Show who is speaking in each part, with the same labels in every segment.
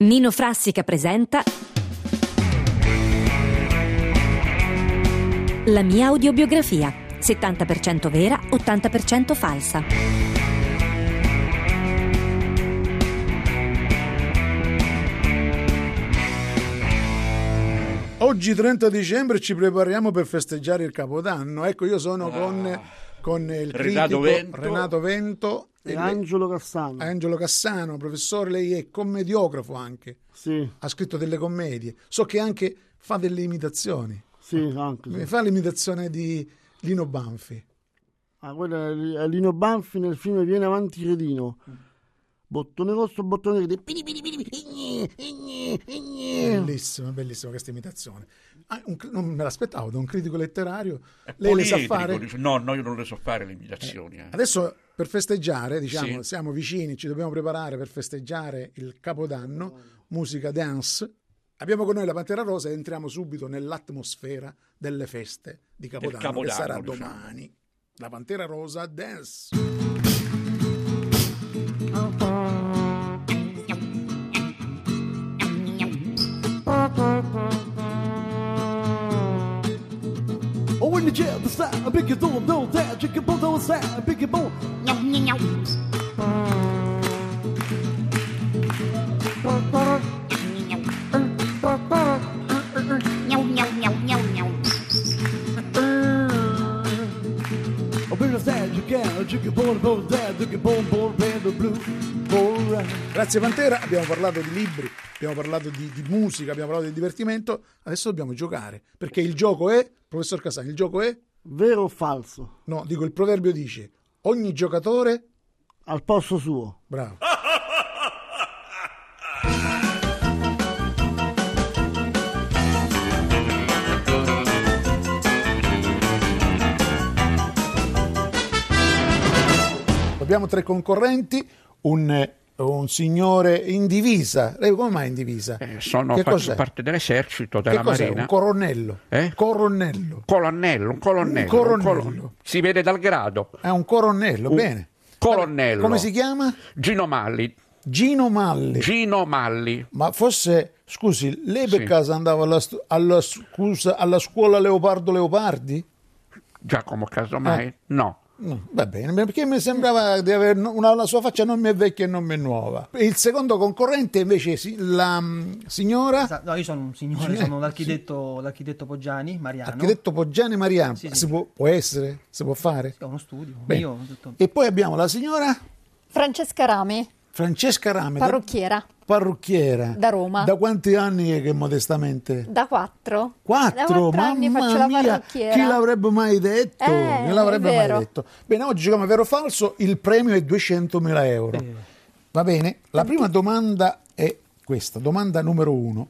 Speaker 1: Nino Frassica presenta La mia autobiografia, 70% vera, 80% falsa.
Speaker 2: Oggi 30 dicembre ci prepariamo per festeggiare il Capodanno. Ecco, io sono con, con il
Speaker 3: Ah. Renato
Speaker 2: critico
Speaker 3: Vento.
Speaker 2: Renato Vento e Eh?
Speaker 4: E
Speaker 2: lei-
Speaker 4: Angelo Cassano.
Speaker 2: Angelo Cassano, professore, lei è commediografo anche,
Speaker 4: Sì,
Speaker 2: ha scritto delle commedie. So che anche fa delle imitazioni.
Speaker 4: sì, anche. sì.
Speaker 2: Ah. Fa l'imitazione di Lino Banfi.
Speaker 4: Ah, quello è Li- è Lino Banfi nel film Viene avanti Redino.
Speaker 2: Mm.
Speaker 4: Bottone rosso, bottone verde. Pini, pini, pini, pini. Igne, igne, igne.
Speaker 2: Bellissima, bellissima questa imitazione. Ah, un cri- non me l'aspettavo da un critico letterario. Lei le sa
Speaker 3: Poliedrico,
Speaker 2: fare?
Speaker 3: dice, No, no, io non le so fare le imitazioni. eh.
Speaker 2: Adesso per festeggiare,
Speaker 3: Sì.
Speaker 2: diciamo, siamo vicini, ci dobbiamo preparare per festeggiare il Capodanno, musica dance. Abbiamo con noi la Pantera Rosa e entriamo subito nell'atmosfera delle feste di Capodanno, che
Speaker 3: Capodanno,
Speaker 2: sarà
Speaker 3: diciamo.
Speaker 2: domani. La Pantera Rosa dance.
Speaker 5: Oh, when you jail the side, a big dog, no that, chicken bone, no side, a big bone. A bit of that you can, chicken bone, bone that, chicken bone, bone, red, the blue, bone, red.
Speaker 2: Grazie Pantera, abbiamo parlato di libri, abbiamo parlato di, di musica, abbiamo parlato di divertimento. Adesso dobbiamo giocare, perché il gioco è, professor Casani, il gioco è,
Speaker 4: Vero o falso?
Speaker 2: no, dico il proverbio dice, ogni giocatore,
Speaker 4: Al posto suo.
Speaker 2: bravo. Abbiamo tre concorrenti, un, eh, un signore in divisa. Lei come mai in divisa?
Speaker 6: Eh, sono
Speaker 2: che
Speaker 6: faccio
Speaker 2: cos'è?
Speaker 6: parte dell'esercito,
Speaker 2: Che
Speaker 6: della
Speaker 2: cos'è?
Speaker 6: marina.
Speaker 2: Un coronello.
Speaker 6: Eh?
Speaker 2: Coronello.
Speaker 6: colonnello, un colonnello.
Speaker 2: Un coronello.
Speaker 6: un colon- Si vede dal grado.
Speaker 2: È un coronello,
Speaker 6: Un
Speaker 2: bene.
Speaker 6: colonnello.
Speaker 2: Come si chiama?
Speaker 6: Gino Malli.
Speaker 2: Gino Malli.
Speaker 6: Gino Malli.
Speaker 2: Ma forse, scusi, lei per
Speaker 6: Sì.
Speaker 2: caso andava alla, stu- alla scusa, alla scuola Leopardo Leopardi?
Speaker 6: Giacomo Casomai.
Speaker 2: Eh.
Speaker 6: No.
Speaker 2: No, va bene, perché mi sembrava di avere una, la sua faccia non mi è vecchia e non mi è nuova. Il secondo concorrente invece, si- la mm, signora,
Speaker 7: Esatto, No, io sono un signore,
Speaker 2: Signore,
Speaker 7: sono l'architetto, l'architetto Poggiani, Mariano.
Speaker 2: architetto Poggiani Mariano,
Speaker 7: Sì, sì.
Speaker 2: Si può, può essere? Si può fare?
Speaker 7: Ho uno studio.
Speaker 2: Bene.
Speaker 7: Io ho detto-
Speaker 2: E poi abbiamo la signora
Speaker 8: Francesca Rame,
Speaker 2: Francesca Rame, da-
Speaker 8: parrucchiera,
Speaker 2: parrucchiera.
Speaker 8: Da Roma.
Speaker 2: Da quanti anni è che modestamente?
Speaker 8: da quattro. Da
Speaker 2: Quattro,
Speaker 8: quattro
Speaker 2: mamma
Speaker 8: anni faccio la
Speaker 2: mia,
Speaker 8: parrucchiera.
Speaker 2: chi l'avrebbe mai detto?
Speaker 8: Eh,
Speaker 2: Chi l'avrebbe
Speaker 8: è
Speaker 2: mai
Speaker 8: vero.
Speaker 2: detto? Bene, oggi giochiamo a vero o falso, il premio è 200.000 euro. Va bene? La prima domanda è questa, domanda numero uno.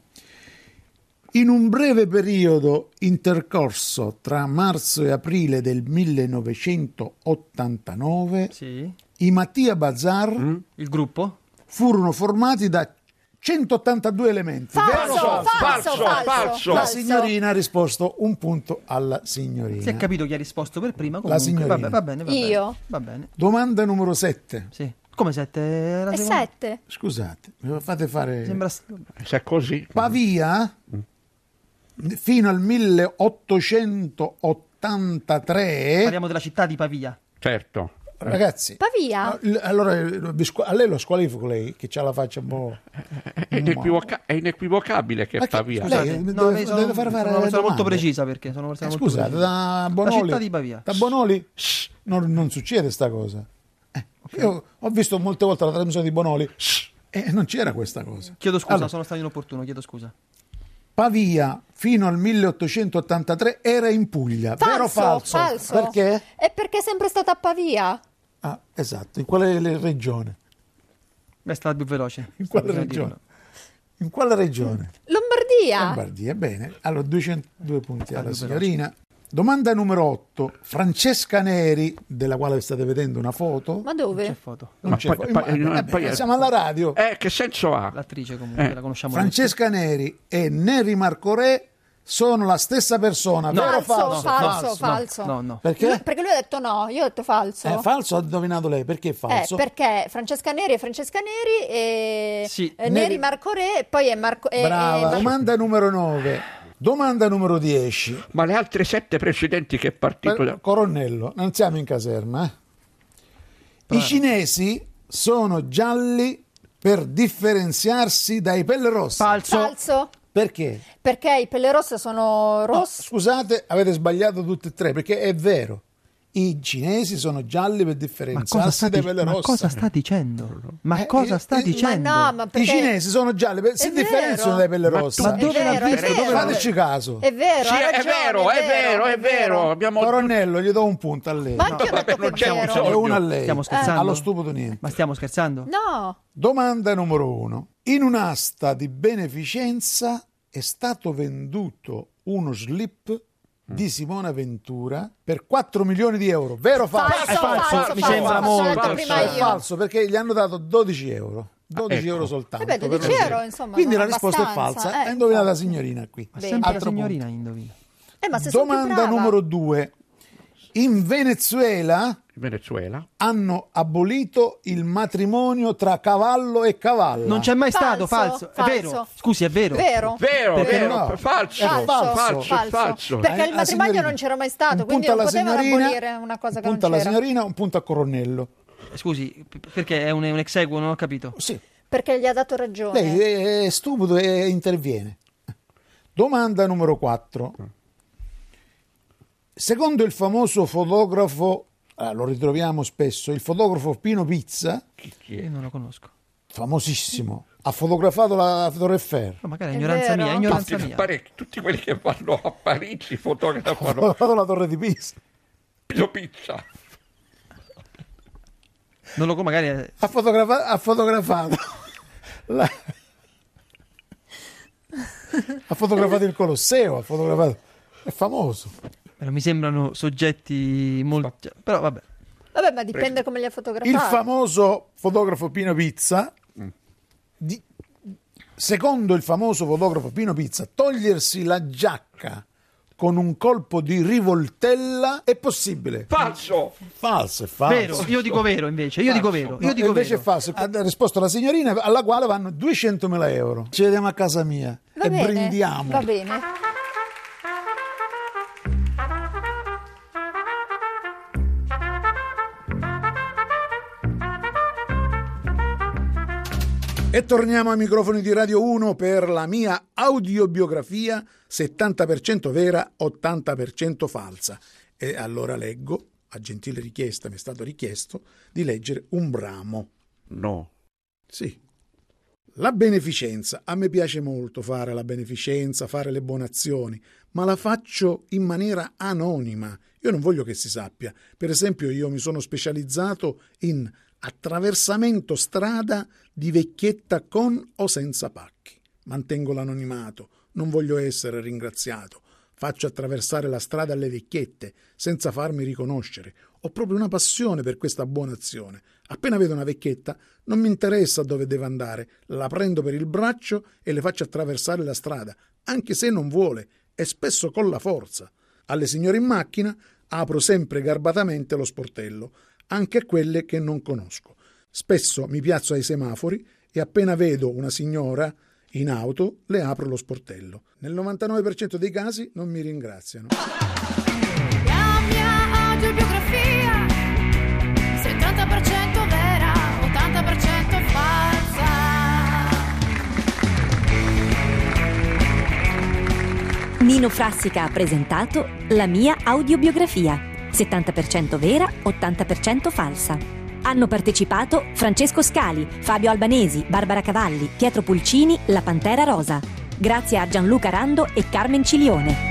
Speaker 2: In un breve periodo intercorso tra marzo e aprile del 1989,
Speaker 7: Sì.
Speaker 2: i Mattia Bazar
Speaker 7: Il gruppo?
Speaker 2: furono formati da 182 elementi. Vero o
Speaker 8: Falso, falso,
Speaker 6: Falso,
Speaker 8: falso,
Speaker 6: falso.
Speaker 2: la
Speaker 8: falso.
Speaker 2: signorina ha risposto un punto alla signorina.
Speaker 7: Si è capito chi ha risposto per prima. Comunque,
Speaker 2: Eh. signorina.
Speaker 7: Vabbè, va bene, va bene.
Speaker 8: Io?
Speaker 7: Va bene,
Speaker 2: Domanda numero 7.
Speaker 7: sì. Come sette? era la
Speaker 8: E
Speaker 7: seconda?
Speaker 8: sette.
Speaker 2: Scusate, me lo fate fare.
Speaker 7: Sembra... Mm. s-
Speaker 2: Eh.
Speaker 6: Se è così.
Speaker 2: Pavia fino al 1883.
Speaker 7: Parliamo della città di Pavia.
Speaker 6: Certo.
Speaker 2: Ragazzi,
Speaker 8: Pavia.
Speaker 2: l- allora eh, vi squa- a lei lo squalifico lei che ha la faccia un po'.
Speaker 6: È, inequivoca- è inequivocabile che
Speaker 2: Ma che-
Speaker 6: fa via.
Speaker 2: Lei
Speaker 7: Scusate,
Speaker 2: deve-
Speaker 7: no,
Speaker 2: deve
Speaker 7: lei
Speaker 2: far fare
Speaker 7: sono, sono
Speaker 2: le
Speaker 7: una persona
Speaker 2: domande.
Speaker 7: molto precisa perché sono una persona
Speaker 2: Eh,
Speaker 7: molto
Speaker 2: Scusa,
Speaker 7: precisa.
Speaker 2: da
Speaker 7: La
Speaker 2: Bonoli,
Speaker 7: città di Pavia.
Speaker 2: da Bonoli non, non succede sta cosa. Eh, Io ho visto molte volte la trasmissione di Bonoli e non c'era questa cosa.
Speaker 7: Chiedo scusa,
Speaker 2: Allora,
Speaker 7: sono stato inopportuno, chiedo scusa.
Speaker 2: Pavia fino al 1883 era in Puglia, vero o falso? Perché?
Speaker 8: E perché è sempre stata a Pavia?
Speaker 2: Ah, esatto, in quale le- regione?
Speaker 7: Beh, è stata più veloce.
Speaker 2: In
Speaker 7: Stavo
Speaker 2: quale
Speaker 7: per dirlo.
Speaker 2: regione? In quale regione?
Speaker 8: Mm. Lombardia.
Speaker 2: Lombardia, bene. Allora 202 punti alla signorina. Domanda numero 8. Francesca Neri, della quale state vedendo una foto.
Speaker 8: Ma dove?
Speaker 7: C'è foto.
Speaker 2: Non
Speaker 6: Ma
Speaker 2: c'è
Speaker 6: poi-
Speaker 2: fo-
Speaker 6: poi-
Speaker 2: eh,
Speaker 6: no,
Speaker 2: vabbè,
Speaker 6: poi-
Speaker 2: siamo alla radio.
Speaker 6: Eh, che senso ha?
Speaker 7: L'attrice comunque,
Speaker 6: Eh,
Speaker 7: la conosciamo.
Speaker 2: Francesca Neri e Neri Marcorè sono la stessa persona.
Speaker 7: No.
Speaker 2: vero o
Speaker 8: Falso,
Speaker 2: falso?
Speaker 8: falso,
Speaker 7: no,
Speaker 8: falso.
Speaker 7: No, no.
Speaker 8: Lui-
Speaker 2: Perché?
Speaker 8: Perché lui ha detto no, io ho detto falso.
Speaker 2: È Eh, falso, ha indovinato lei. Perché è falso?
Speaker 8: Eh, perché Francesca Neri è Francesca Neri e
Speaker 7: Sì.
Speaker 8: eh, Neri,
Speaker 2: Neri-
Speaker 8: Marco Re e poi è Marco e- e
Speaker 2: Brava.
Speaker 8: Mar-
Speaker 2: Domanda numero 9. Domanda numero 10.
Speaker 6: Ma le altre sette precedenti che è partito
Speaker 2: Per-
Speaker 6: da...
Speaker 2: Coronello, non siamo in caserma. eh. I cinesi sono gialli per differenziarsi dai pelle rosse.
Speaker 7: Falso.
Speaker 8: falso
Speaker 2: perché?
Speaker 8: perché i pelle rosse sono
Speaker 2: No,
Speaker 8: rossi.
Speaker 2: scusate, avete sbagliato tutte e tre, perché è vero. I cinesi sono gialli per
Speaker 7: Ma cosa
Speaker 2: differenziarsi
Speaker 7: sta,
Speaker 2: dai
Speaker 7: dic-
Speaker 2: pelle
Speaker 7: ma
Speaker 2: rosse.
Speaker 7: cosa sta dicendo? Ma
Speaker 2: Eh,
Speaker 7: cosa
Speaker 2: eh,
Speaker 7: sta
Speaker 2: eh, ma
Speaker 7: dicendo?
Speaker 8: Ma no, ma perché
Speaker 2: I cinesi sono gialli per... si
Speaker 8: È vero.
Speaker 2: differenziano dai pelle
Speaker 6: Ma
Speaker 2: rosse.
Speaker 6: tu-
Speaker 7: Ma dove
Speaker 8: è
Speaker 7: l'ha
Speaker 8: vero, è
Speaker 7: visto?
Speaker 8: vero.
Speaker 7: Dove l'ha visto?
Speaker 2: Fateci caso.
Speaker 8: è vero,
Speaker 6: Sì,
Speaker 8: ha
Speaker 6: è
Speaker 8: ragione,
Speaker 6: vero, è vero, è vero. Abbiamo...
Speaker 2: Coronello, gli do un punto a lei.
Speaker 8: Ma anche io ho
Speaker 6: vabbè,
Speaker 8: detto che
Speaker 6: non c'è
Speaker 8: è
Speaker 6: un
Speaker 8: vero.
Speaker 2: E
Speaker 6: solo.
Speaker 2: una a lei.
Speaker 7: Stiamo scherzando?
Speaker 2: Allo stupido niente.
Speaker 7: Ma stiamo scherzando?
Speaker 8: No,
Speaker 2: Domanda numero uno. In un'asta di beneficenza è stato venduto uno slip di Simona Ventura per 4 milioni di euro. Vero o falso?
Speaker 8: falso,
Speaker 7: È falso,
Speaker 8: falso,
Speaker 7: mi
Speaker 8: falso,
Speaker 7: sembra
Speaker 8: falso, l'ho detto
Speaker 6: molto.
Speaker 8: prima
Speaker 2: È
Speaker 8: io.
Speaker 2: falso perché gli hanno dato 12 euro. 12
Speaker 6: ecco.
Speaker 2: euro soltanto.
Speaker 8: Vabbè, 12
Speaker 2: per lo slip.
Speaker 8: euro, insomma,
Speaker 2: Quindi
Speaker 8: non
Speaker 2: la risposta è
Speaker 8: abbastanza,
Speaker 2: falsa.
Speaker 8: eh.
Speaker 2: È indovinata la signorina qui.
Speaker 7: Ma
Speaker 8: Beh,
Speaker 7: sempre la
Speaker 2: altro
Speaker 7: signorina indovina.
Speaker 8: Eh, ma se sono più
Speaker 2: Domanda
Speaker 8: brava.
Speaker 2: numero 2. In Venezuela
Speaker 6: Venezuela.
Speaker 2: hanno abolito il matrimonio tra cavallo e cavallo.
Speaker 7: Non c'è mai stato,
Speaker 8: Falso,
Speaker 7: falso. È vero.
Speaker 8: falso.
Speaker 7: scusi, è vero.
Speaker 8: Vero?
Speaker 6: Vero,
Speaker 7: Perché
Speaker 6: vero,
Speaker 2: no?
Speaker 6: falso,
Speaker 2: È
Speaker 6: falso,
Speaker 2: falso,
Speaker 6: falso, falso.
Speaker 8: Perché il
Speaker 2: la
Speaker 8: matrimonio
Speaker 2: signorina.
Speaker 8: non c'era mai
Speaker 2: Un
Speaker 8: stato,
Speaker 2: punto
Speaker 8: quindi non
Speaker 2: alla
Speaker 8: potevano
Speaker 2: signorina,
Speaker 8: abolire una cosa
Speaker 2: un
Speaker 8: che non
Speaker 2: punto alla
Speaker 8: c'era.
Speaker 2: signorina, un punto a Coronello.
Speaker 7: Scusi, p- perché è un, è un ex aequo, non ho capito.
Speaker 2: Sì,
Speaker 8: Perché gli ha dato ragione.
Speaker 2: lei è- è stupido e interviene. Domanda numero 4. Secondo il famoso fotografo, ah, lo ritroviamo spesso, il fotografo Pino Pizza,
Speaker 6: Chi- chi è?
Speaker 7: Io non lo conosco.
Speaker 2: famosissimo, ha fotografato la Torre Eiffel.
Speaker 7: No, magari è
Speaker 8: È
Speaker 7: ignoranza
Speaker 8: vero?
Speaker 7: mia, è
Speaker 6: Tutti,
Speaker 7: ignoranza mia.
Speaker 6: parecchi- tutti quelli che vanno a Parigi
Speaker 2: Ha
Speaker 6: fotografano
Speaker 2: fotografato la Torre di Pisa.
Speaker 6: Pino Pizza.
Speaker 7: Non lo magari è-
Speaker 2: Ha, fotografa- ha fotografato la- ha fotografato il Colosseo, ha fotografato... È famoso.
Speaker 7: però mi sembrano soggetti molto però vabbè.
Speaker 8: Vabbè, ma dipende come li ha fotografati.
Speaker 2: il famoso fotografo Pino Pizza, di- secondo il famoso fotografo Pino Pizza, togliersi la giacca con un colpo di rivoltella è possibile.
Speaker 6: Falso!
Speaker 2: Falso, è falso.
Speaker 7: Vero, io dico vero invece, io dico vero,
Speaker 2: No,
Speaker 7: io dico
Speaker 2: invece
Speaker 7: vero.
Speaker 2: è falso. Ha risposto la signorina alla quale vanno 200.000 euro. Ci vediamo a casa mia
Speaker 8: Va
Speaker 2: e
Speaker 8: bene,
Speaker 2: brindiamo.
Speaker 8: Va bene.
Speaker 2: E torniamo ai microfoni di Radio 1 per la mia audiobiografia 70% vera, 80% falsa. E allora leggo, a gentile richiesta mi è stato richiesto, di leggere un bramo.
Speaker 6: No.
Speaker 2: Sì. La beneficenza. A me piace molto fare la beneficenza, fare le buone azioni, ma la faccio in maniera anonima. Io non voglio che si sappia. Per esempio, io mi sono specializzato in attraversamento strada di vecchietta con o senza pacchi. Mantengo l'anonimato, non voglio essere ringraziato. Faccio attraversare la strada alle vecchiette senza farmi riconoscere. Ho proprio una passione per questa buona azione. Appena vedo una vecchietta, non mi interessa dove deve andare, la prendo per il braccio e le faccio attraversare la strada, anche se non vuole, e spesso con la forza. Alle signore in macchina apro sempre garbatamente lo sportello, anche a quelle che non conosco. Spesso mi piazzo ai semafori e appena vedo una signora in auto le apro lo sportello. Nel 99% dei casi non mi ringraziano.
Speaker 9: La mia autobiografia 70% vera, 80% falsa
Speaker 1: Nino Frassica ha presentato La mia audiobiografia, 70% vera, 80% falsa. Hanno partecipato Francesco Scali, Fabio Albanesi, Barbara Cavalli, Pietro Pulcini, La Pantera Rosa. Grazie a Gianluca Rando e Carmen Cilione.